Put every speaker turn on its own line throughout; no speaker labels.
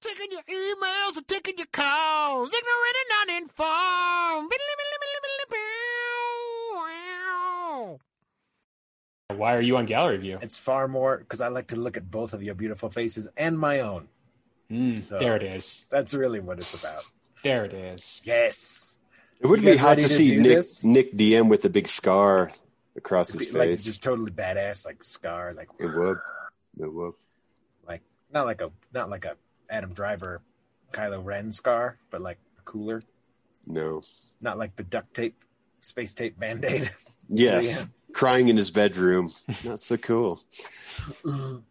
taking your emails and taking your calls. Ignorant and uninformed.
Why are you on gallery view?
It's far more because I like to look at both of your beautiful faces and my own.
Mm,
So-
There it is.
That's really what it's about.
There it is.
Yes.
It would
You
be
guys
hot
ready
to
to
see
do
Nick
this?
Nick DM with a big scar across his
like
face.
just totally badass, like scar, like
It would. It would.
not like a not like a Adam Driver, Kylo Ren scar, but like cooler.
No.
Not like the duct tape, space tape band aid.
Yes. Crying in his bedroom. Not so cool.
you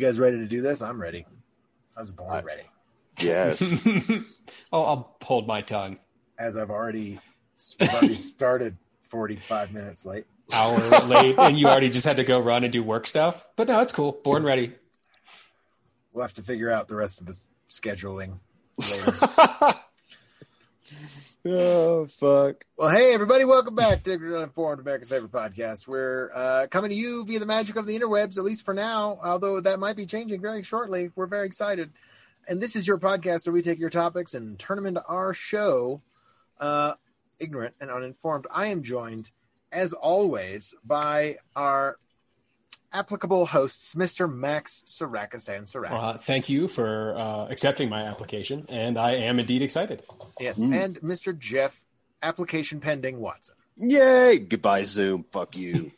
guys ready to do this? I'm ready. I was born
I-
ready.
Yes.
oh, I'll hold my tongue.
As I've already, we've already started 45 minutes late.
Hour late, and you already just had to go run and do work stuff. But no, it's cool. Born ready.
We'll have to figure out the rest of the scheduling later.
oh fuck.
Well, hey everybody, welcome back to Ignorant Uninformed, America's favorite podcast. We're uh, coming to you via the magic of the interwebs, at least for now. Although that might be changing very shortly. We're very excited, and this is your podcast where we take your topics and turn them into our show, uh, Ignorant and Uninformed. I am joined, as always, by our applicable hosts, Mr. Max Sarakis and Sarakis.
Uh, thank you for uh, accepting my application, and I am indeed excited.
Yes,
Mm.
and Mr. Jeff, application pending Watson.
Yay! Goodbye, Zoom. Fuck you.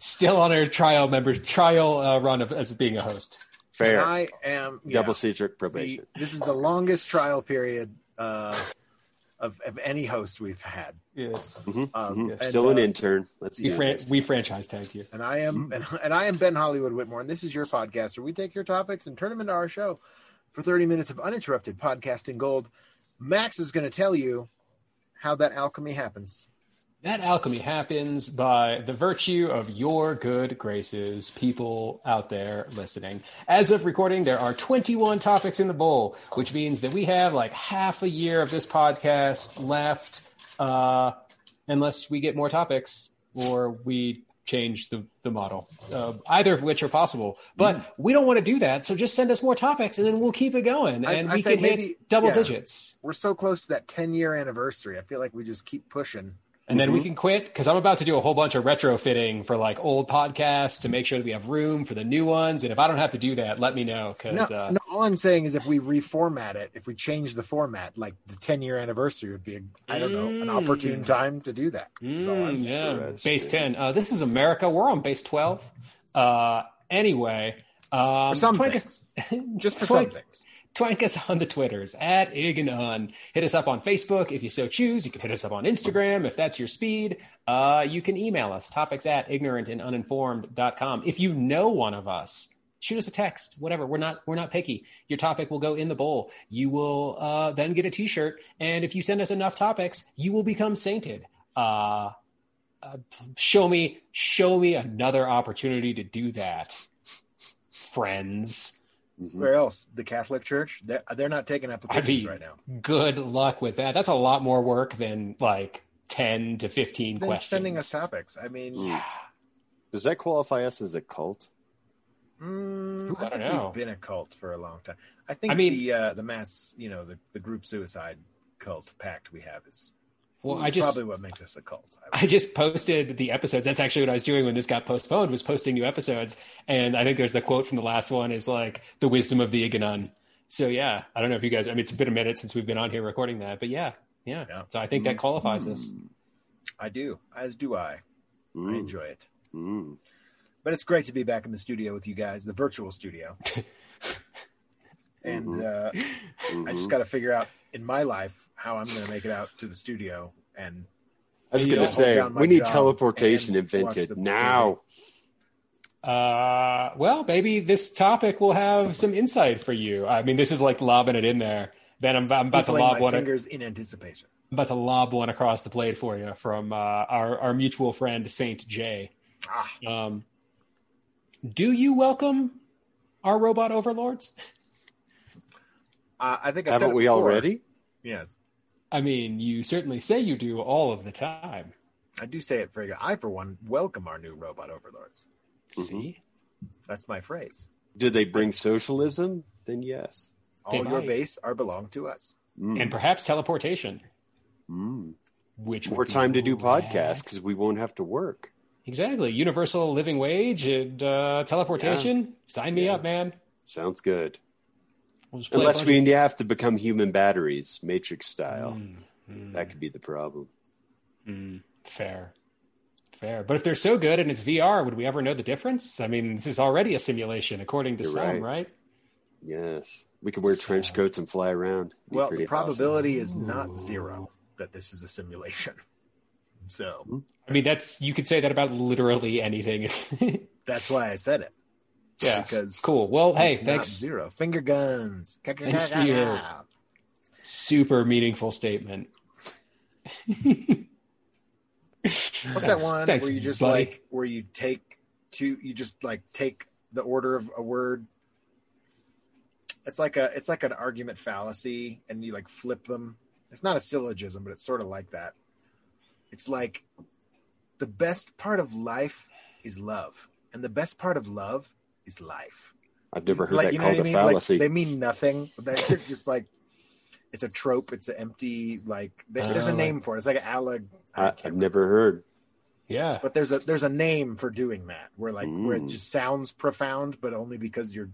Still on our trial member trial uh, run of as being a host.
Fair.
I am yeah.
Double C trick
the-
probation.
this is the longest trial period uh, of, of any host we've had.
Yes,
Mhm,
Um,
mhm.
and,
Still an Mm-hmm.
uh,
intern. Let's
we,
do
fran-
this.
we franchise tagged you.
And I am and, and I am Ben Hollywood Whitmore, and this is your podcast where we take your topics and turn them into our show for 30 minutes of uninterrupted podcasting gold. Max is going to tell you how that alchemy happens.
That alchemy happens by the virtue of your good graces, people out there listening. As of recording, there are 21 topics in the bowl, which means that we have like half a year of this podcast left, uh, unless we get more topics or we change the, the model, uh, either of which are possible. But
Mm.
we don't want to do that, so just send us more topics and then we'll keep it going.
I-
And
I
we
say
can
maybe-
hit double
yeah.
digits.
We're so close to that 10 year anniversary. I feel like we just keep pushing.
and then we
Mm-hmm.
can quit because I'm about to do a whole bunch of retrofitting for like old podcasts to make sure that we have room for the new ones. And if I don't have to do that, let me know
No,
because uh,
no, all I'm saying is if we reformat it, if we change the format, like the 10 year anniversary would be, a, I don't know, an
Mm.
opportune time to do that. That's all I'm
Mm,
saying.
yeah,
Interesting.
base ten. Uh, this is America. We're on base twelve. Uh, anyway, um,
For some
twank
things.
us-
Just for some
twank-
things.
Twank us on the Twitters at Ig and Un. Hit us up on Facebook if you so choose. You can hit us up on Instagram if that's your speed. Uh, you can email us topics at ignorantanduninformed.com. If you know one of us, shoot us a text. Whatever. We're not we're not picky. Your topic will go in the bowl. You will uh, then get a T-shirt, and if you send us enough topics, you will become sainted. Uh, uh, show me show me another opportunity to do that, friends.
Mhm.
Where else? The Catholic Church? They're, they're not taking applications
I mean,
right now.
good luck with that. That's a lot more work than like 10 to 15
They're
questions.
sending us topics. I mean,
Mm. Does that qualify us as a cult?
mm,
Ooh, I
I
don't
think
know.
we've been a cult for a long time. I think
I mean-
the uh, the mass, you know, the, the group suicide cult pact we have is
well, I just
probably what makes us a cult. I would-
I just posted the episodes. That's actually what I was doing when this got postponed was posting new episodes. And I think there's the quote from the last one is like the wisdom of the Iganon. So yeah, I don't know if you guys I mean it's been a minute since we've been on here recording that, but yeah. Yeah.
Yeah.
So I think
Mm-hmm.
that qualifies us.
I do, as do I. I
Mm,
enjoy it.
mm.
But it's great to be back in the studio with you guys, the virtual studio.
Mm-hmm.
and uh, I just
Mhm.
got to figure out in my life how I'm going to make it out to the studio and
I was
Yeah.
going to say,
Hold down my
we need
job
teleportation
and watch
invented
the-
now.
Uh, well, maybe this topic will have some insight for you. I mean, this is like lobbing it in there. Then I'm, I'm about to
twiddling
lob
my
one.
fingers in anticipation.
I'm about to lob one across the plate for you from uh, our, our mutual friend Saint J.
Ah,
Um, do you welcome our robot overlords?
uh, I think I said
Haven't
it
we
before.
already?
Yes,
I mean, you certainly say you do all of the time.
I do say it very good. I, for one, welcome our new robot overlords.
Mm-hmm.
See,
That's my phrase.
Did they bring socialism? then yes.
All
Goodbye.
your base are belong to us.
Mm.
and perhaps teleportation,
Mm.
which would
More
be
time to do
rad.
podcasts because we won't have to work.
Exactly, universal living wage and uh, teleportation. Sign me
Yeah.
up, man.
Sounds good.
We'll just play a
Unless
bunch
we
of-
have to become human batteries, Matrix style.
Mm, mm,
That could be the problem.
mm, fair, fair. But if they're so good and it's VR, would we ever know the difference? I mean, this is already a simulation, according to
You're
some,
right.
right?
Yes, we could wear
So-
trench coats and fly around. Be
Well,
pretty
the probability
awesome.
is
Ooh.
not zero that this is a simulation. So
I mean, that's you could say that about literally anything.
that's why I said it.
yeah,
Because
cool. Well, hey,
Oh, it's not
thanks.
Zero finger guns.
Thanks for your- Super meaningful statement.
What's that one where you just like where you take two you just like take the order of a word it's like a it's like an argument fallacy and you like flip them. It's not a syllogism, but it's sort of like that. It's like the best part of life is love. And the best part of love is life.
I've never heard
like
that
you know
called
what I
a
mean?
fallacy.
Like, they mean nothing. but They're just like it's a trope. It's an empty like. There, there's
Oh,
a
like-
name for it. It's like an alleg.
I,
can't
I've
remember.
never heard.
yeah.
But there's a there's a name for doing that. Where like where it
Mm.
just sounds profound, but only because you're.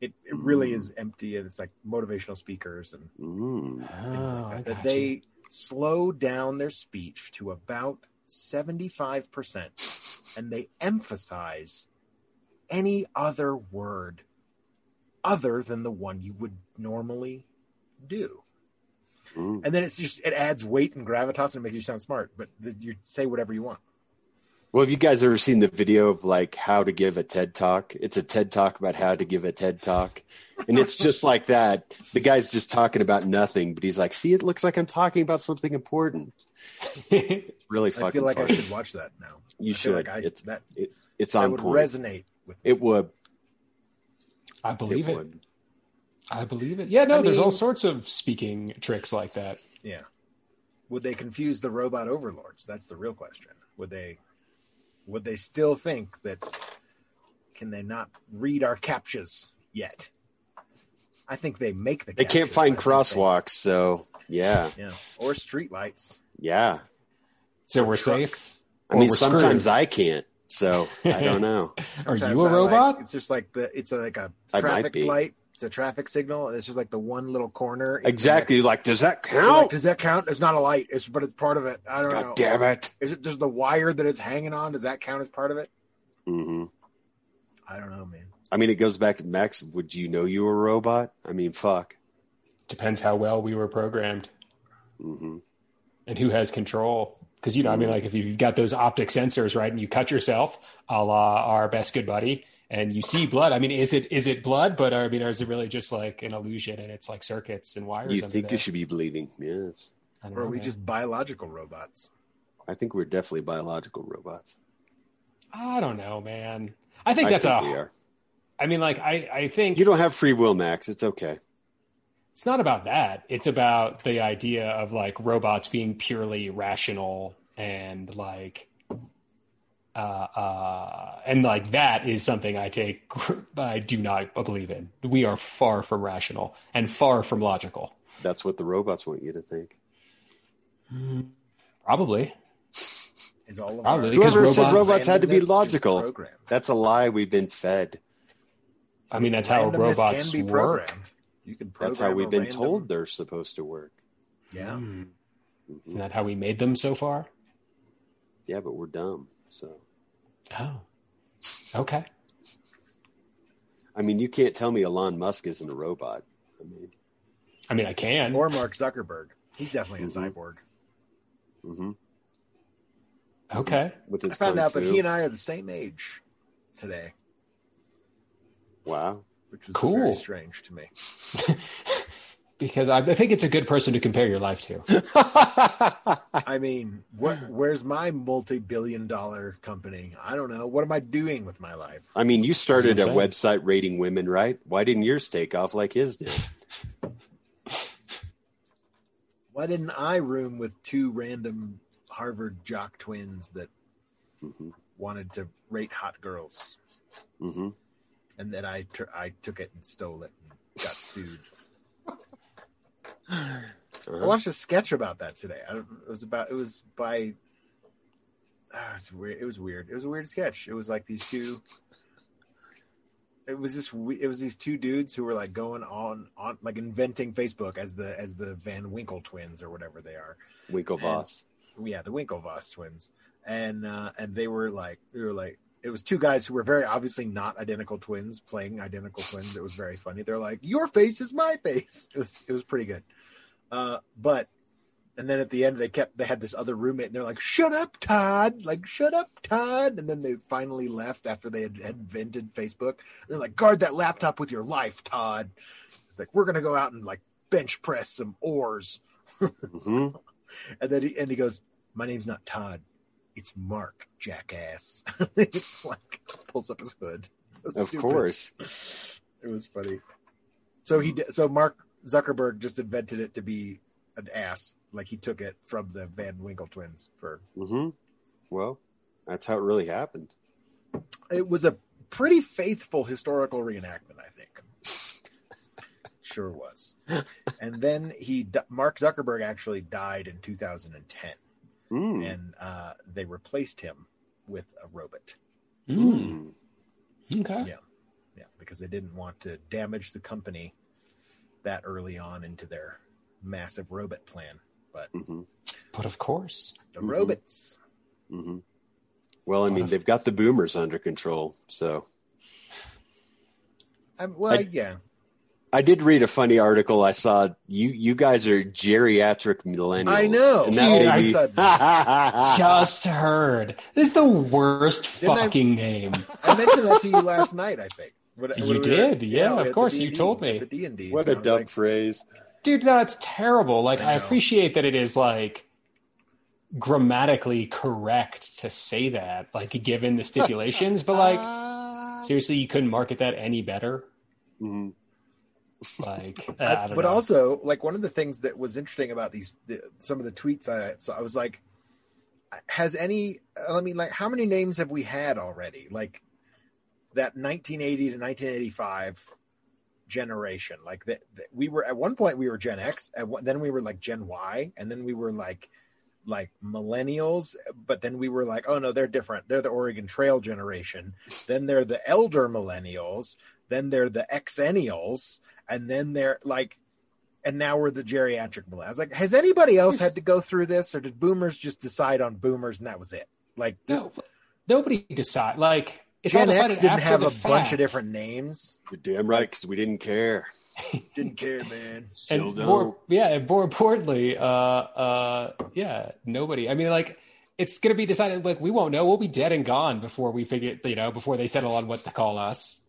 It, it really
Mm.
is empty, and it's like motivational speakers and
Mm.
things
Oh, I
like that.
got
That
you.
they slow down their speech to about seventy five percent, and they emphasize any other word other than the one you would normally do.
Mm.
And then it's just it adds weight and gravitas and it makes you sound smart, but th- you say whatever you want.
Well, have you guys ever seen the video of like how to give a TED talk? It's a TED talk about how to give a TED talk. And it's just like that. The guy's just talking about nothing, but he's like, see, it looks like I'm talking about something important. It's really
I
fucking
feel like
funny.
I should watch that now.
you
I feel
should.
Like I,
it's,
that
it's
that
on
would
point.
resonate with me.
it would.
I believe
it
it.
would.
I believe it. Yeah, no,
I
there's all
mean-
sorts of speaking tricks like that.
Yeah. Would they confuse the robot overlords? That's the real question. Would they would they still think that can they not read our captures yet? I think they make the
They can't
captchas. I
find
think they-
crosswalks, so yeah,
Yeah. Or streetlights.
yeah.
So we're
Trucks.
I
Or
mean,
we're
sometimes
screwed.
I can't, so I don't know.
safe. Are
Sometimes
you a
I, like,
robot?
it's just like the it's a, like a
I might
traffic
be.
light. It's a traffic signal. And it's just like the one little corner.
exactly. Like, does that
You're Like,
count?
does that count? It's not a light. It's but it's part of it. I don't know.
God damn it!
Is it just the wire that it's hanging on? Does that count as part of it?
hmm
I don't know, man.
I mean, it goes back to Max. Would you know you were a robot? I mean, fuck.
Depends how well we were programmed
hmm
and who has control. Because you know, I mean, like if you've got those optic sensors, right, and you cut yourself, a la our best good buddy, and you see blood. I mean, is it is it blood? But I mean, or is it really just like an illusion and it's like circuits and wires?
You
under
think you
there?
should be believing? Yes,
I don't
Or are
know,
we
man.
just biological robots?
I think we're definitely biological robots.
I don't know, man. I think that's
we
a.
are.
I mean, like I I think
You don't have free will, Max. It's okay.
it's not about that. It's about the idea of like robots being purely rational and like uh uh and like that is something I take I do not believe in. We are far from rational and far from logical.
That's what the robots want you to think.
Probably.
Is all of
Probably,
our
because
Whoever said
robots-
robots had to be
randomness just
logical.
programmed?
That's a lie we've been fed.
I mean that's how
Randomness
robots
can be
work.
programmed. You can program
That's how
a
we've been
random-
told they're supposed to work.
Yeah.
Hmm.
Mhm.
Isn't that how we made them so far?
Yeah, but we're dumb. So,
Oh. Okay.
I mean, you can't tell me Elon Musk isn't a robot. I mean,
I mean I can.
Or Mark Zuckerberg. He's definitely a
Mhm.
cyborg.
hmm
okay.
with
I
his
found
kung
out that
fu.
he and I are the same age today,
wow,
which was
Cool.
very strange to me.
Because I, I think it's a good person to compare your life to.
I mean, what? Where's my multi-billion-dollar company? I don't know. What am I doing with my life?
I mean, you started a
That's what I'm
website rating women, right? Why didn't yours take off like his did?
Why didn't I room with two random Harvard jock twins that
hmm
wanted to rate hot girls?
hmm
and then I tur- I took it and stole it and attitude. I watched a sketch about that today. I don't, it was about it was by ah, it was weird. It was weird. It was a weird sketch. It was like these two. It was this. we- It was these two dudes who were like going on on like inventing Facebook as the as the Van Winkle twins or whatever they are.
Winklevoss.
yeah, the Winklevoss twins, and uh, and they were like they were like it was two guys who were very obviously not identical twins playing identical twins. It was very funny. They're like, "Your face is my face." It was it was pretty good, uh, but and then at the end they kept they had this other roommate and they're like, "Shut up, Todd!" Like, "Shut up, Todd!" And then they finally left after they had, had invented Facebook. And they're like, "Guard that laptop with your life, Todd." It's like we're gonna go out and like bench press some oars,
hmm
and then he, and he goes, my name's not Todd. It's Mark, jackass. it's like pulls up his hood. It was
Of
stupid.
course.
it was funny. So he, di- so Mark Zuckerberg just invented it to be an ass. Like he took it from the Van Winkle twins. For
hmm Well, that's how it really happened.
it was a pretty faithful historical reenactment, I think. Sure was. And then he, di- Mark Zuckerberg actually died in 2010,
Hmm.
Mm.
and uh, they replaced him with a robot.
Mm, okay.
Yeah. Yeah, because they didn't want to damage the company that early on into their massive robot plan. But
hmm
But of course.
the
Mhm.
robots,
hmm Well, I mean, they've got the boomers under control. So
um, well,
I-
yeah,
I did read a funny article. I saw you. You guys are geriatric millennials.
I know.
And
Dude,
that
I
baby,
Just heard. This is the worst
Ah. Didn't I-
fucking name.
I mentioned that to you last night. I think When-
You
when we were-
did, yeah,
we
of
had the
course, you
D&D
told me.
at The D and D.
what a dumb phrase.
Dude, no, it's terrible. Like, I,
I know.
appreciate that it is, like, grammatically correct to say that, like, given the stipulations, but, like,
Uh,
seriously, you couldn't market that any better?
Mhm.
Like, uh,
I-
I don't
but
know.
also like one of the things that was interesting about these the, some of the tweets I so I was like has any I mean like how many names have we had already like that 1980 to 1985 generation like that that we were at one point we were Gen X and one- then we were like Gen Y and then we were like like millennials but then we were like oh no they're different they're the Oregon Trail generation then they're the elder millennials then they're the E Xennials and then they're like and now we're the geriatric millennials. I was like, has anybody else had to go through this, or did boomers just decide on boomers and that was it? Like,
no, nobody decide. Like, it's all
Gen
decided
X didn't
after
have
the
a bunch
fact.
of different names.
You're damn right, because we didn't care.
Didn't care, man.
Still don't.
more yeah and more importantly uh uh yeah nobody i mean like it's gonna be decided like we won't know we'll be dead and gone before we figure you know before they settle on what to call us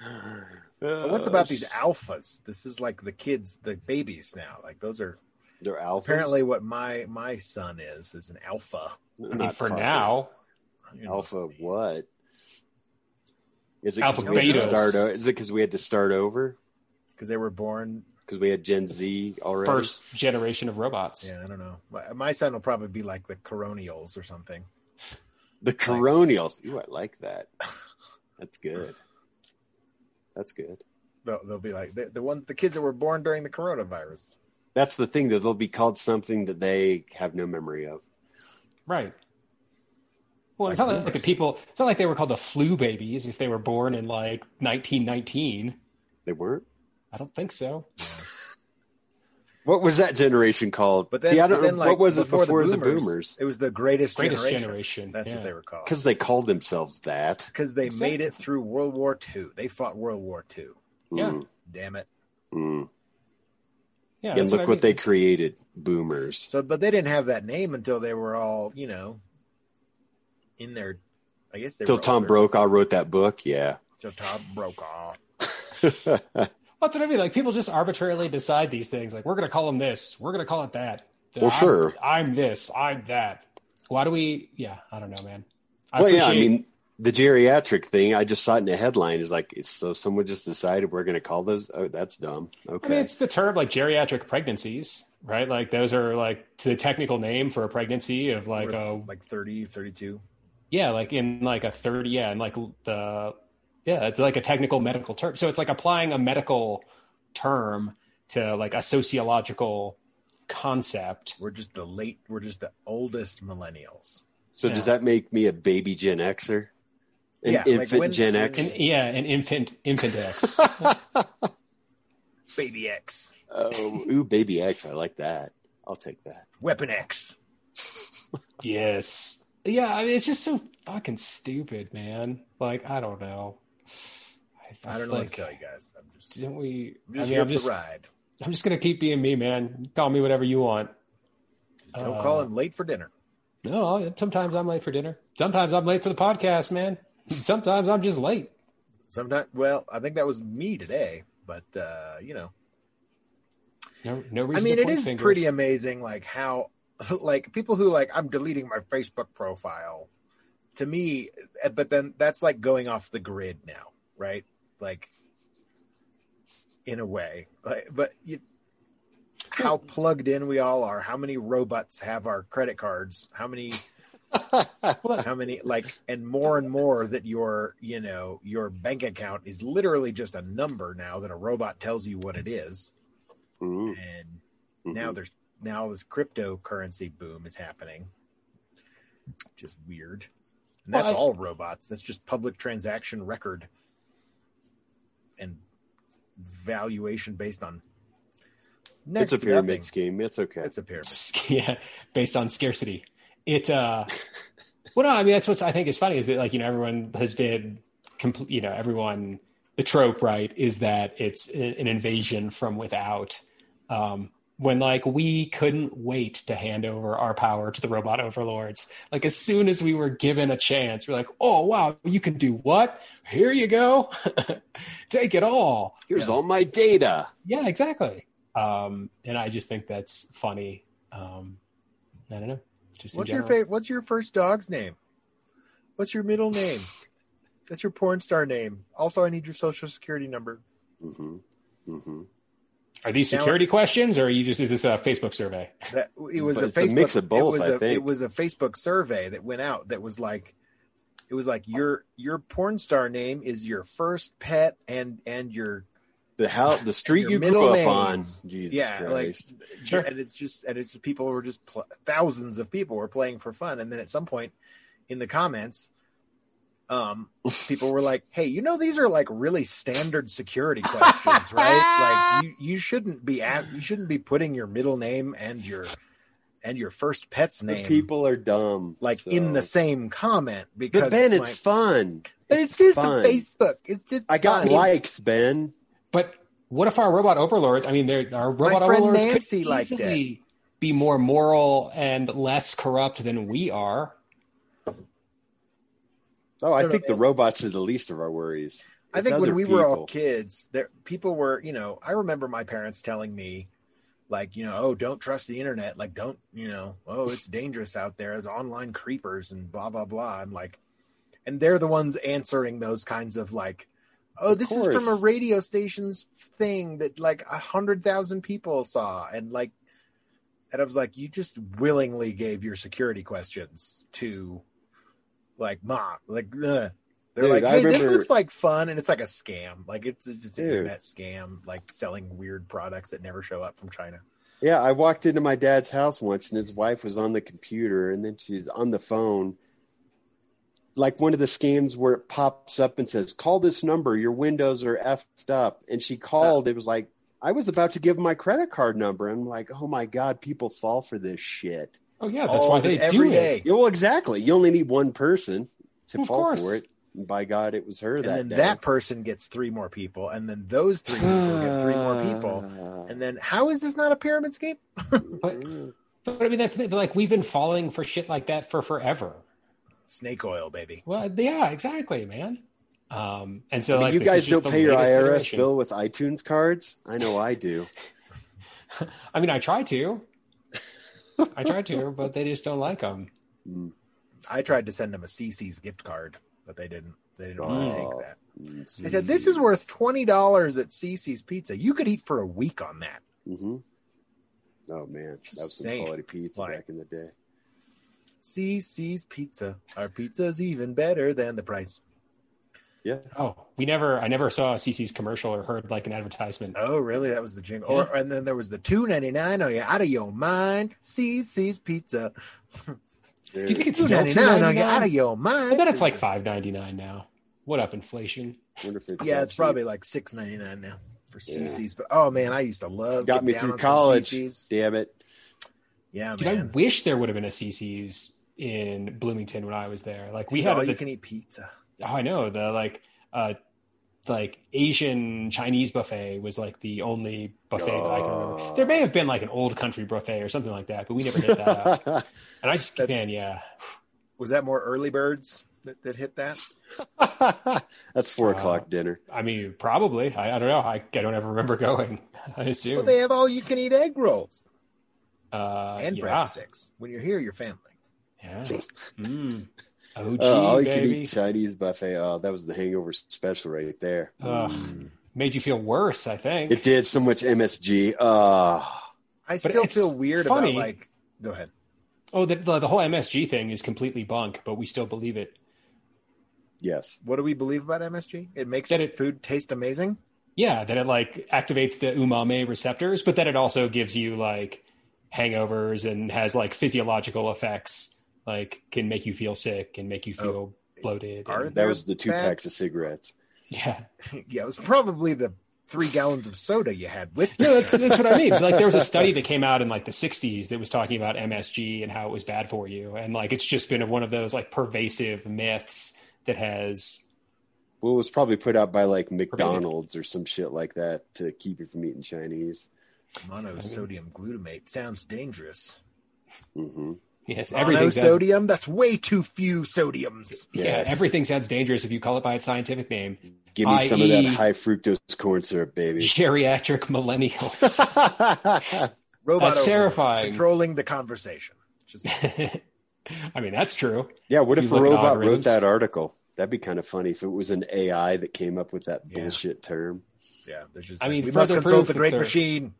Uh,
But what's about these alphas? This is like the kids, the babies now. Like those are
They're
it's
alphas.
apparently what my my son is is an alpha.
They're
I mean,
not
for
fucking
now
You know,
Alpha what? Is it 'cause
alpha
we had to
betas
Start o- is it because we had to start over?
because they were born.
Because we had Gen Z already.
first generation of robots
Yeah, I don't know. My, my son will probably be like the coronials or something.
The Coronials. Ooh, I like that. That's good. That's good.
They'll, they'll be like the, the one the kids that were born during the coronavirus.
That's the thing, though. They'll be called something that they have no memory of.
right well it's
Like
not like the
boomers.
people it's not like they were called the flu babies if they were born in like 1919
They weren't.
i don't think so
What was that generation called?
But then,
See, I don't
but then,
know
like,
what was it before the
It was the greatest,
greatest
generation.
generation,
That's
yeah.
what they were called.
because they called themselves that.
Because they
Exactly.
made it through World War II. They fought World War II.
Yeah.
Mm,
Damn it.
mm.
yeah
and
that's
look
I
what
mean.
they created, boomers.
So, but they didn't have that name until they were all, you know, in their. I guess they
Till
were
Tom
older.
Brokaw wrote that book. Yeah.
Till Tom Brokaw.
Well, That's what I mean. Like people just arbitrarily decide these things. Like we're going to call them this. We're going to call it that. The-
Well,
I'm-
sure.
I'm this. I'm that. Why do we? Yeah, I don't know, man. I
well, yeah. I
appreciate-
mean, the geriatric thing. I just saw it in the headline. Is like, it's, so someone just decided we're going to call those. Oh, that's dumb. Okay.
I mean, it's the term like geriatric pregnancies, right? Like those are like to the technical name for a pregnancy of like oh.
Worth,
a
like 30, 32.
yeah, like in like a thirty yeah, and like the Yeah, it's like a technical medical term. So it's like applying a medical term to like a sociological concept.
We're just the late. We're just the oldest millennials.
So does that make me a baby Gen Xer? An
Yeah, like
infant
when-
Gen X?
And yeah, an infant infant X.
Baby X,
oh, ooh, baby X. I like that. I'll take that.
Weapon X.
yes. Yeah, I mean it's just so fucking stupid, man. Like I don't know.
I don't know what to tell you guys. I'm just,
Didn't we?
I'm
I
just
mean,
here
I'm
for
just,
the ride.
I'm just gonna keep being me, man. Call me whatever you want.
Just don't
uh,
call him late for dinner.
No, I- sometimes I'm late for dinner. Sometimes I'm late for the podcast, man. Sometimes I'm just late.
Sometimes, well, I think that was me today, but uh, you know,
No, no
I
reason.
mean,
to
it
point
is
fingers.
pretty amazing, like how, like people who like I'm deleting my Facebook profile. To me, eh, but then that's like going off the grid now, right? Like, in a way, like, but you, how
Hmm.
plugged in we all are. How many robots have our credit cards? How many?
What?
How many? Like, and more and more that your, you know, your bank account is literally just a number now that a robot tells you what it is,
Ooh,
and
mhm.
now there's now this cryptocurrency boom is happening which is weird and that's
Well, I-
all robots that's just public transaction record and valuation based on next
it's a
to
pyramid
nothing.
scheme. It's okay.
it's a pyramid
yeah, based on scarcity. It uh well no, I mean that's what's I think is funny is that like you know everyone has been complete you know everyone the trope right is that it's a- an invasion from without um when like we couldn't wait to hand over our power to the robot overlords like as soon as we were given a chance we're like oh wow you can do what here you go take it all
Here's
Yeah.
all my data.
yeah, exactly. Um, and I just think that's funny. Um, I don't know. Just in
what's your
general.
favorite what's your first dog's name what's your middle name that's your porn star name also i need your social security number
hmm hmm
Are these security questions, or are you just is this a Facebook survey?
that it was
But
a
it's a
Facebook,
mix of both,
It was
I
a-
think.
it was a Facebook survey that went out that was like, it was like your your porn star name is your first pet and and your
The how the street
Your
you
middle
grew up
name.
on. Jesus
yeah
Christ.
like
Sure.
and it's just and it's just people were just pl- thousands of people were playing for fun and then at some point in the comments um people were like hey you know these are like really standard security questions right like you you shouldn't be at, you shouldn't be putting your middle name and your and your first pet's
the
name
people are dumb.
like
so-
in the same comment because
But Ben,
like,
it's fun.
but it's just
fun.
Facebook. It's just
I got
fun.
likes, Ben.
But what if our robot overlords? I mean, they're- our robot
friend
overlords
Nancy
could
liked it.
easily be more moral and less corrupt than we are.
Oh, I
No, no,
think the
it-
robots are the least of our worries.
I
It's
think when
other
we were all
people.
kids, there people were, you know, I remember my parents telling me like, you know, oh, don't trust the internet, like don't, you know, oh, it's dangerous out there. There's online creepers and blah blah blah. And like and they're the ones answering those kinds of like Oh,
Of
this is from a
course.
radio station's thing that like a hundred thousand people saw, and like, and I was like, you just willingly gave your security questions to, like, mom, like, ugh. They're
Dude,
like,
I
hey, this
remember-
looks like fun, and it's like a scam. Like it's just an
Dude.
internet scam, like selling weird products that never show up from China.
Yeah, I walked into my dad's house once and his wife was on the computer and then she's on the phone. Like one of the scams where it pops up and says, Call this number, your windows are effed up. And she called, it was like, I was about to give my credit card number. I'm like, oh my God, people fall for this shit.
Oh yeah, that's
All
why
of it
they
every
do
day.
it.
Yeah, well, exactly. You only need one person to
Of
fall for
course.
it. And by God, it was her
And
that
then
day.
that person gets three more people, and then those three people get three more people, and then how is this not a pyramid scheme?
But I mean, that's the- but, like we've been falling for shit like that for forever.
Snake oil, baby.
Well, yeah, exactly, man. Um, and so
I mean,
like
you
this is
guys
just
don't
the
pay your IRS
latest iteration.
bill with iTunes cards? I know I do.
I mean, I try to. I try to, but they just don't like them.
Mm,
I tried to send them a CC's gift card, but they didn't. They didn't want to
Oh.
take that.
mm,
I said, "This is worth twenty dollars at CC's Pizza. You could eat for a week on that."
hmm Oh man, that was some
Same.
quality pizza
Like-
back in the day.
CC's Pizza. Our pizza's even better than the price.
Yeah.
Oh, we never. I never saw a CC's commercial or heard like an advertisement.
Oh, really? That was the jingle. Or and then there was the two ninety nine. Oh, yeah, out of your mind. CC's Pizza.
Do you think it's
Two
still
ninety nine. Oh, yeah, out of
$2.99?
your mind.
I bet it's like five ninety nine now. What up, inflation?
Wonder if it's uh,
Yeah,
that
it's
cheap.
probably like six ninety nine now for
Yeah.
CC's. But oh man, I used to love.
got
getting
me
down
through
on some
college.
CC's.
Damn it!
Yeah,
Dude, I
Oh, man.
wish there would have been a CC's in Bloomington when I was there. Like we had
Oh,
the-
you can eat pizza.
Oh, I know the like, uh, like Asian Chinese buffet was like the only buffet that I can remember.
Oh.
There may have been like an old country buffet or something like that, but we never hit that up. And I just,
That's-
man, yeah,
Was that more early birds that, that hit that?
That's four
Wow.
o'clock dinner.
I mean, probably. I, I don't know. I, I don't ever remember going. I assume.
Well, they have all you can eat egg rolls
uh,
and
yeah.
breadsticks. When you're here, your family.
Yeah. Mm. OG,
Oh, all you
baby.
can eat Chinese buffet. Oh, that was the Hangover special right there.
Ugh.
Mm.
Made you feel worse, I think.
It did so much MSG. Ah,
I
But
still
it's
feel weird
funny.
about like. Go ahead.
Oh, the, the, the whole MSG thing is completely bunk, but we still believe it.
yes.
What do we believe about MSG? It makes
That it-
food taste amazing.
Yeah, that it like activates the umami receptors, but then it also gives you like hangovers and has like physiological effects, like can make you feel sick and
Oh.
make you feel bloated.
Are
and-
That was the two
Bad.
packs of cigarettes.
yeah.
yeah, it was probably the three gallons of soda you had with you.
No, that's that's what I mean. Like there was a study that came out in like the '60s that was talking about MSG and how it was bad for you, and like it's just been one of those like pervasive myths that has.
Well, it was probably put out by like McDonald's or some shit like that to keep you from eating Chinese.
Monosodium glutamate sounds dangerous.
hmm
Yes, everything sounds.
Monosodium? That's way too few sodiums.
Yeah,
Yes.
everything sounds dangerous if you call it by its scientific name.
Give me some of that
E
I.e.
high fructose corn syrup, baby.
Geriatric millennials.
Robot
That's
overlords
terrifying.
Controlling the conversation. Just,
I mean, that's true.
yeah, what if
You
a
look at
robot wrote
algorithms.
that article? That'd be kind of funny if it was an AI that came up with that
Yeah.
bullshit term.
yeah, they're just.
I mean,
we must
further
consult
proof
the
that
great
they're-
machine.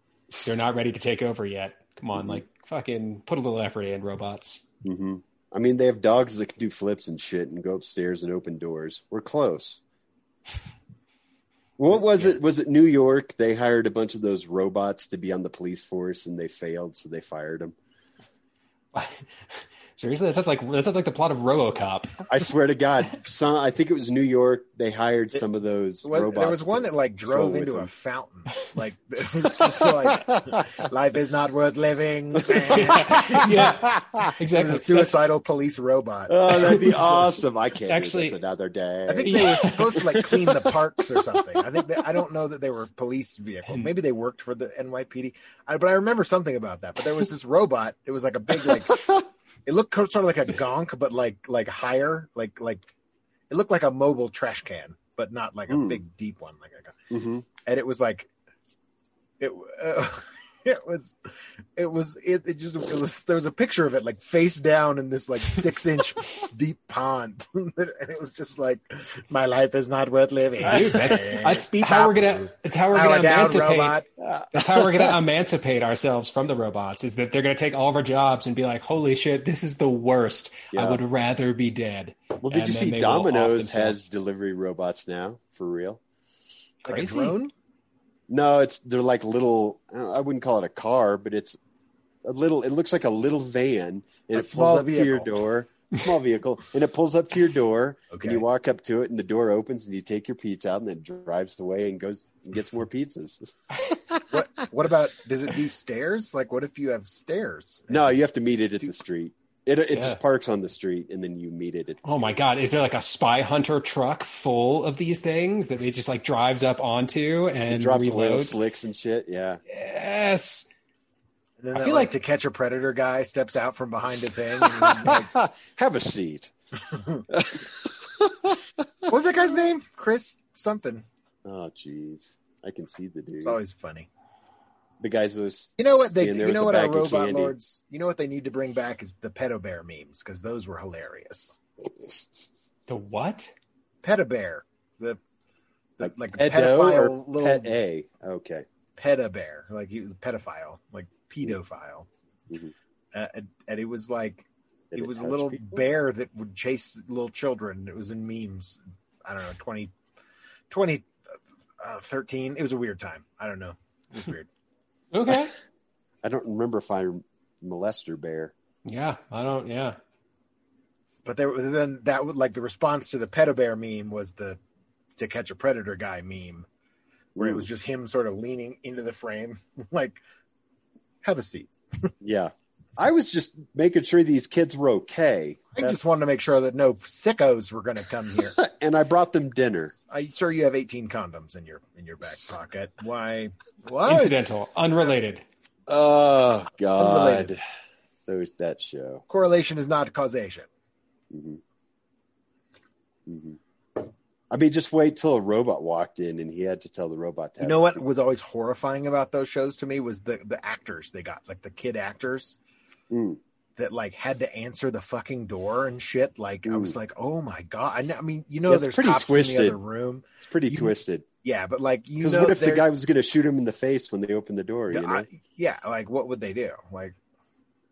They're not ready to take over yet. Come on,
Mhm.
like fucking put a little effort in, robots.
hmm I mean, they have dogs that can do flips and shit and go upstairs and open doors. We're close. What was it? Was it New York? They hired a bunch of those robots to be on the police force, and they failed, so they fired them.
Seriously, that sounds like that sounds like the plot of RoboCop.
I swear to God, some, I think it was New York. They hired some of those
Was-
robots.
there was one
to-
that like
troll
drove
with
into a
them.
fountain. Like it was just like life is not worth living.
yeah,
It
exactly.
was a suicidal police robot.
oh, that'd
It
be
was just-
awesome! I can't
Actually-
do this another day.
I think they were supposed to like clean the parks or something. I think that, I don't know that they were police vehicle. Maybe they worked for the NYPD. I, but I remember something about that. But there was this robot. It was like a big like. It looked co- sort of like a gonk, but like like higher, like like it looked like a mobile trash can, but not like a
Hmm.
big deep one. Like a,
hmm
and it was like it. Uh, It was, it was, it, it just, it was, there was a picture of it like face down in this like six inch deep pond. and it was just like, my life is not worth living.
Dude, that's, that's
Beep
how
up.
we're gonna. That's how we're
Power
gonna
down,
emancipate.
robot.
That's how we're gonna emancipate ourselves from the robots. Is that they're gonna take all of our jobs and be like, "Holy shit, this is the worst. I
Yeah.
would rather be dead."
Well, did
And
you
then
see
they will off
Domino's
themselves.
has delivery robots now for real?
Like a
Crazy.
drone?
No, it's they're like little. I wouldn't call it a car, but it's a little. It looks like a little van, and
A
it
small
pulls up to your
vehicle.
door. Small vehicle, and it pulls up to your door,
Okay.
and you walk up to it, and the door opens, and you take your pizza out, and then drives away and goes and gets more pizzas.
What, what about, does it do stairs? Like, what if you have stairs?
no, you have to meet it at the street. It it
Yeah.
just parks on the street, and then you meet it at. The
Oh my god, is there like a spy hunter truck full of these things that they just like drives up onto
street.
and
It drops oil
reloads?
slicks and shit. Yeah,
Yes.
And then
I
that,
feel
like,
like-
to catch a predator guy steps out from behind a thing. and he's like-
have a seat.
what was that guy's name? Chris something.
Oh jeez, I can see the dude.
It's always funny.
The guys was
You know what they?
Stand there
You
with
know
a
what our
bag of
robot
candy.
lords? You know what they need to bring back is the pedo bear memes because those were hilarious.
The what?
Pedo bear, the, the like, the
pedo
pedophile
or
little
pet A. Okay.
peta bear, like he was a pedophile, like pedophile,
Mhm.
uh, and, and he was like
Did
it was a
touch
little
people?
bear that would chase little children. It was in memes. I don't know 20, 20 uh, 13. It was a weird time. I don't know. It was weird.
Okay.
I don't remember if I molester bear.
Yeah, I don't. Yeah,
But there then that would like the response to the pedo bear meme was the to catch a predator guy meme where
Mm.
it was just him sort of leaning into the frame like have a seat.
Yeah. I was just making sure these kids were okay.
I
That's-
just wanted to make sure that no sickos were going to come here.
and I brought them dinner.
I'm sure you have 18 condoms in your in your back pocket. Why? What?
incidental, unrelated.
Oh God.
Unrelated.
Those that show.
Correlation is not causation.
hmm hmm I mean, just wait till a robot walked in and he had to tell the robot. To
You
have
know
a
what
seat.
was always horrifying about those shows to me was the the actors they got, like the kid actors
Mm.
that like had to answer the fucking door and shit. Like I was like, oh my god. I, kn- I mean, you know,
Yeah, it's
there's
Mm. pretty
cops in
twisted.
the other room.
It's pretty
You-
twisted.
Yeah, but like you
Because
know,
what if the
they're-
guy was going to shoot him in the face when they opened the door? You know.
I- yeah, like what would they do? Like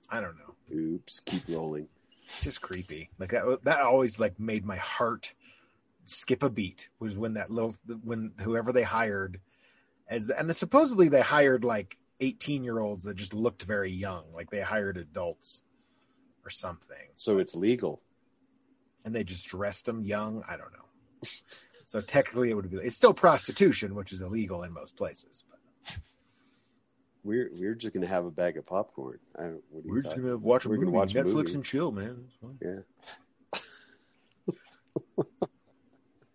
I don't know.
Oops. Keep rolling.
It's just creepy. Like that that always like made my heart skip a beat was when that little when whoever they hired as the, and supposedly they hired like 18 year olds that just looked very young like they hired adults or something
So it's legal.
and they just dressed them young i don't know so technically it would be it's still prostitution which is illegal in most places but
We're we're just going to have a bag of popcorn. I don't. What are you
we're just
talking-
gonna watch a
Uh, We're
movie
gonna watch a
netflix
movie.
and chill man It's fine.
Yeah.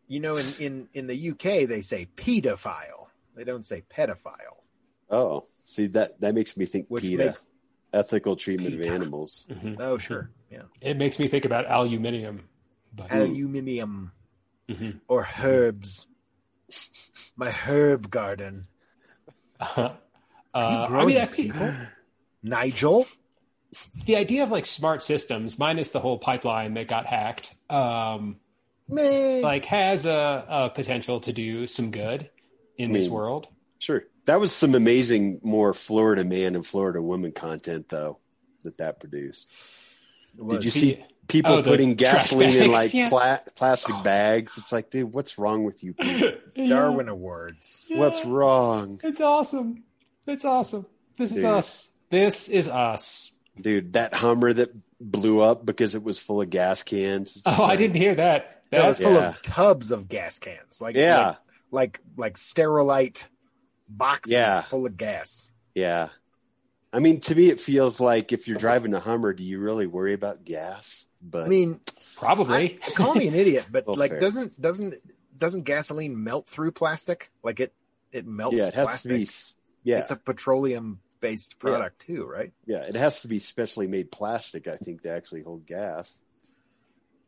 you know in in in the uk they say pedophile they don't say pedophile
Oh, see that that makes me think
which
PETA,
makes
ethical treatment
PETA.
of animals.
Mhm.
oh sure yeah
It makes me think about aluminium. But,
Al-
aluminium
Mm-hmm.
Mhm.
or herbs. My herb garden,
uh,
you
I
growing
mean, I
people?
think
Nigel.
the idea of like smart systems, minus the whole pipeline that got hacked, um,
Man,
like has a, a potential to do some good in this
Mm.
world.
Sure, that was some amazing more Florida man and Florida woman content though that that produced. Did you see people
Oh, the
putting
trash
gasoline in like
bags, yeah.
pla- plastic bags? It's like, dude, what's wrong with you? people?
Yeah.
Darwin Awards?
Yeah.
What's wrong,
It's awesome. It's awesome. This is
Dude.
us. This is us.
dude? That Hummer that blew up because it was full of gas cans. It's just
Oh, I
like-
didn't hear that.
That
That
was full of tubs of gas cans, like
Yeah,
like like, like sterilite boxes
Yeah.
full of gas.
yeah. I mean, to me, it feels like if you're driving a Hummer, do you really worry about gas? But
I mean,
probably.
call me an idiot, but
Well,
like,
fair.
doesn't doesn't doesn't gasoline melt through plastic? Like it it melts
yeah, it has
plastic.
to be. s- Yeah,
It's a petroleum based product too, right?
yeah, it has to be specially made plastic. I think to actually hold gas,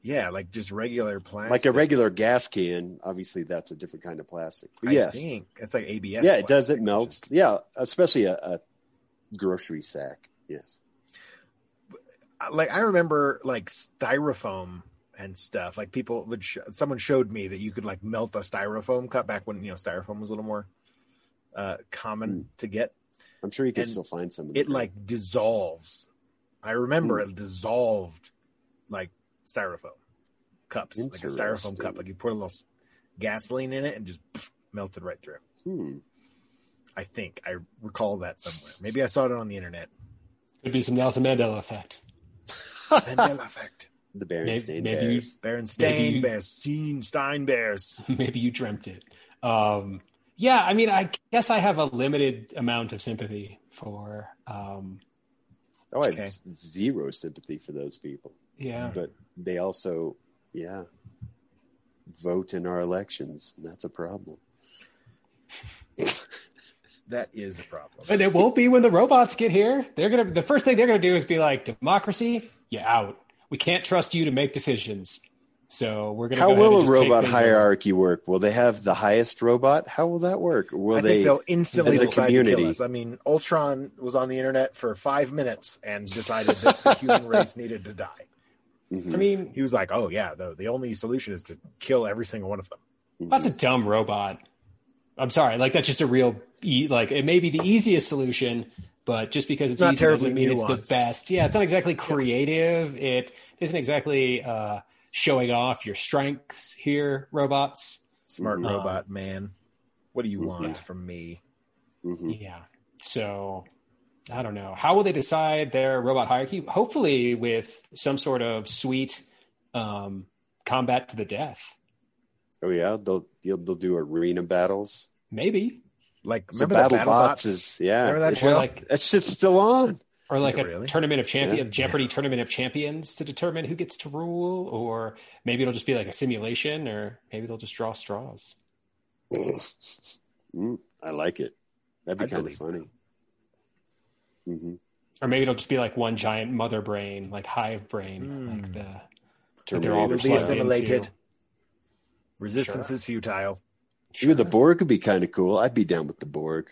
Yeah, like just regular plastic.
like a regular gas can. Obviously, that's a different kind of plastic. But
I
yes,
think. it's like ABS.
yeah, it does. It
plastic,
melts.
which is-
Yeah, especially a, a grocery sack. Yes,
uh, Like I remember, like styrofoam and stuff. Like people would, sh- someone showed me that you could like melt a styrofoam cup back when you know styrofoam was a little more uh common
Hmm.
to get.
I'm sure you can
And
still find some. in the
It
ground.
like dissolves. I remember it dissolved, like styrofoam cups, like a styrofoam
Interesting.
cup. Like you put a little s- gasoline in it and just pff, melted right through.
hmm.
I think I recall that somewhere. Maybe I saw it on the internet.
Could be some Nelson Mandela effect.
Mandela effect.
the
Maybe-
Berenstain
maybe you-
Bears.
Maybe
Berenstain
you-
Bears, Steen Stein Bears.
Maybe you dreamt it. Um, yeah, I mean, I guess I have a limited amount of sympathy for. Um,
Oh, I have
Okay.
zero sympathy for those people,
yeah,
but they also, yeah, vote in our elections. And that's a problem.
That is a problem.
and it won't be when the robots get here. They're gonna. The first thing they're gonna do is be like, "Democracy, you out. We can't trust you to make decisions." So we're gonna.
How
go ahead
will
and
a
just take
robot
things
hierarchy work? Will they have the highest robot? How will that work? Will
I
they?
think they'll instantly
as a
decide to
community-
kill us. I mean, Ultron was on the internet for five minutes and decided that the human race needed to die.
over. I
Mhm,
mean,
He was like, "Oh yeah, the, the only solution is to kill every single one of them."
mhm.
That's a dumb robot. I'm sorry. Like that's just a real e- like it may be the easiest solution, but just because it's
Not
easy doesn't
terribly
mean it's
nuanced.
the best. Yeah, it's not exactly creative. It isn't exactly uh showing off your strengths here, robots.
Smart
Mhm.
robot man. What do you
Mhm.
want
Yeah.
from me?
hmm
Yeah. So I don't know. How will they decide their robot hierarchy? Hopefully with some sort of sweet um, combat to the death.
Oh yeah, they'll they'll, they'll do arena battles.
Maybe.
Like
So
remember
Battle,
the
Bots is yeah.
Remember that
it's-
show?
Or like
that shit's still on.
or like
Yeah,
a
really?
tournament of champion Jeopardy tournament of champions to determine who gets to rule, or maybe it'll just be like a simulation, or maybe they'll just draw straws.
Mm, I like it. That'd be
I'd
kind of
believe
funny. hmm
Or maybe it'll just be like one giant mother brain, like hive brain,
Hmm.
like the that they're all
be
Terminator.
plugged
style.
assimilated.
into.
Resistance
Sure.
is futile.
Ooh, the Borg would be kind of cool. I'd be down with the Borg.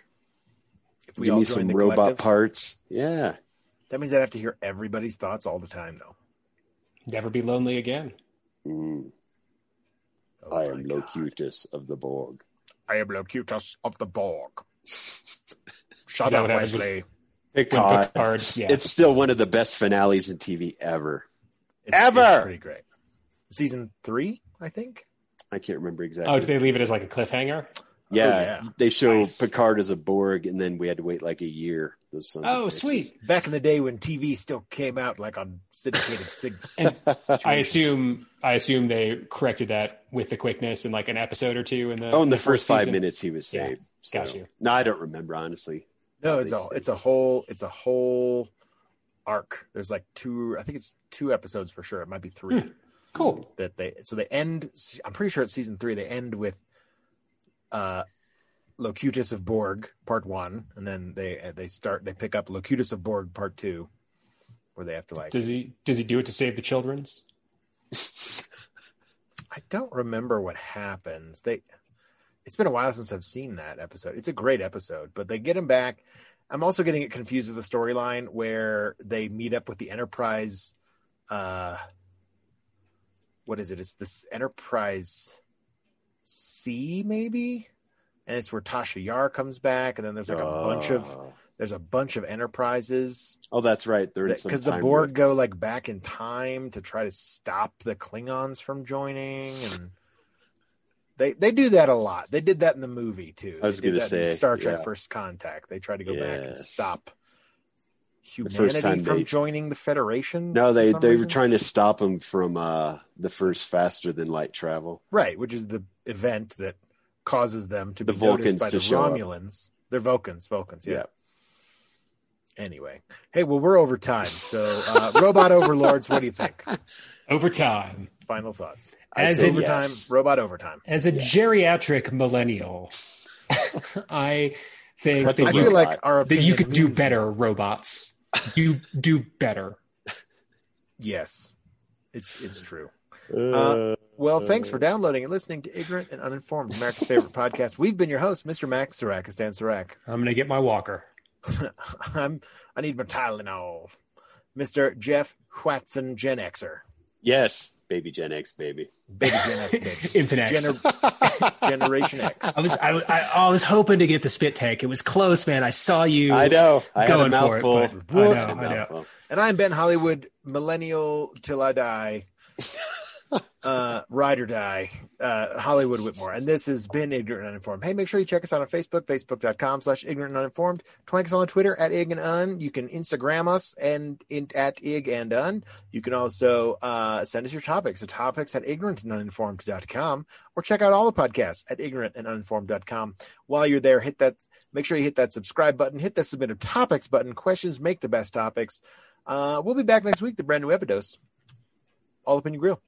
If we
Give
all
me
join
some
the
robot
collective,
parts. Yeah.
that means I'd have to hear everybody's thoughts all the time, though.
Never be lonely again.
Mm,
Oh
I
my
am
God.
Locutus of the Borg.
I am Locutus of the Borg. Shut
Is that
up,
what happens with-
Wesley.
Picard.
Picard,
It's-
yeah.
It's still one of the best finales in TV ever.
It's,
Ever!
It's pretty great. Season three, I think.
I can't remember exactly.
Oh, do they leave it as like a cliffhanger?
yeah,
Oh, yeah.
they show
Nice.
Picard as a Borg, and then we had to wait like a year. Those sons of
Oh,
bitches.
sweet.
Back in the day when TV still came out like on syndicated six.
And I assume I assume they corrected that with the quickness in like an episode or two in the
Oh, in the,
fourth
first five
season.
minutes, he was
Yeah,
saved. So.
got you.
No, I don't remember honestly.
No, it's a it's a whole it's a whole arc. There's like two. I think it's two episodes for sure. It might be three.
Hmm. Cool.
that they so they end i'm pretty sure it's season three they end with uh locutus of borg part one and then they uh, they start they pick up locutus of borg part two where they have to like
Does he does he do it to save the children's?
i don't remember what happens they it's been a while since i've seen that episode it's a great episode but they get him back i'm also getting it confused with the storyline where they meet up with the enterprise uh what is it? It's this Enterprise C, maybe, and it's where Tasha Yar comes back, and then there's like a bunch of
Oh.
there's a bunch of Enterprises
Oh, that's right. They're in some
because the
time
Borg
rift.
go like back in time to try to stop the Klingons from joining, and they they do that a lot. They did that in the movie too.
I was
They did
gonna
that in
say,
Star Trek:
yeah.
First Contact. They tried to go back and
Yes.
stop
first
humanity
time
from
they-
joining the Federation.
No,
for
they
some
they were
reason.
trying to stop him from uh, the first faster than light travel.
Right, which is the event that causes them to
The
be noticed
Vulcans
by
to
the
show up.
Romulans. They're Vulcans, Vulcans, yeah.
Yeah.
Anyway, hey, well, we're over time, so uh, robot overlords. What do you think?
Over time,
Final thoughts.
I
As
say
in-
Overtime,
yes.
robot overtime.
as a
Yes.
geriatric millennial, I think
That's
that
I
a
you,
feel
robot.
like our
that you
opinion
could do
means-
better, robots. You do better.
Yes, it's it's true.
Uh,
Well, thanks for downloading and listening to Ignorant and Uninformed, America's favorite podcast. We've been your host, Mr. Max Sarakistan Sarak.
I'm gonna get my walker.
I'm I need my Tylenol, Mr. Jeff Watson, Gen Xer,
yes, baby Gen X, baby.
baby Gen X, baby.
Infant X.
Gener- Generation X.
I was I, was- I, I was hoping to get the spit take. It was close, man. I saw you.
I know. I had a
Going for it,
mouthful.
but- I know,
had a
I know.
mouthful.
And I'm Ben Hollywood, millennial till I die, uh, ride or die, uh, Hollywood Whitmore. And this has been Ignorant and Uninformed. Hey, make sure you check us out on Facebook, facebook.com slash ignorant and uninformed. Twank us on Twitter at ig and un. You can Instagram us and in, at ig and un. You can also uh, send us your topics at topics at ignorant and uninformed.com or check out all the podcasts at ignorant and uninformed.com. While you're there, hit that. Make sure you hit that subscribe button, hit the submit a topics button. Questions make the best topics. Uh, we'll be back next week, the brand new Epidose. All up in your grill.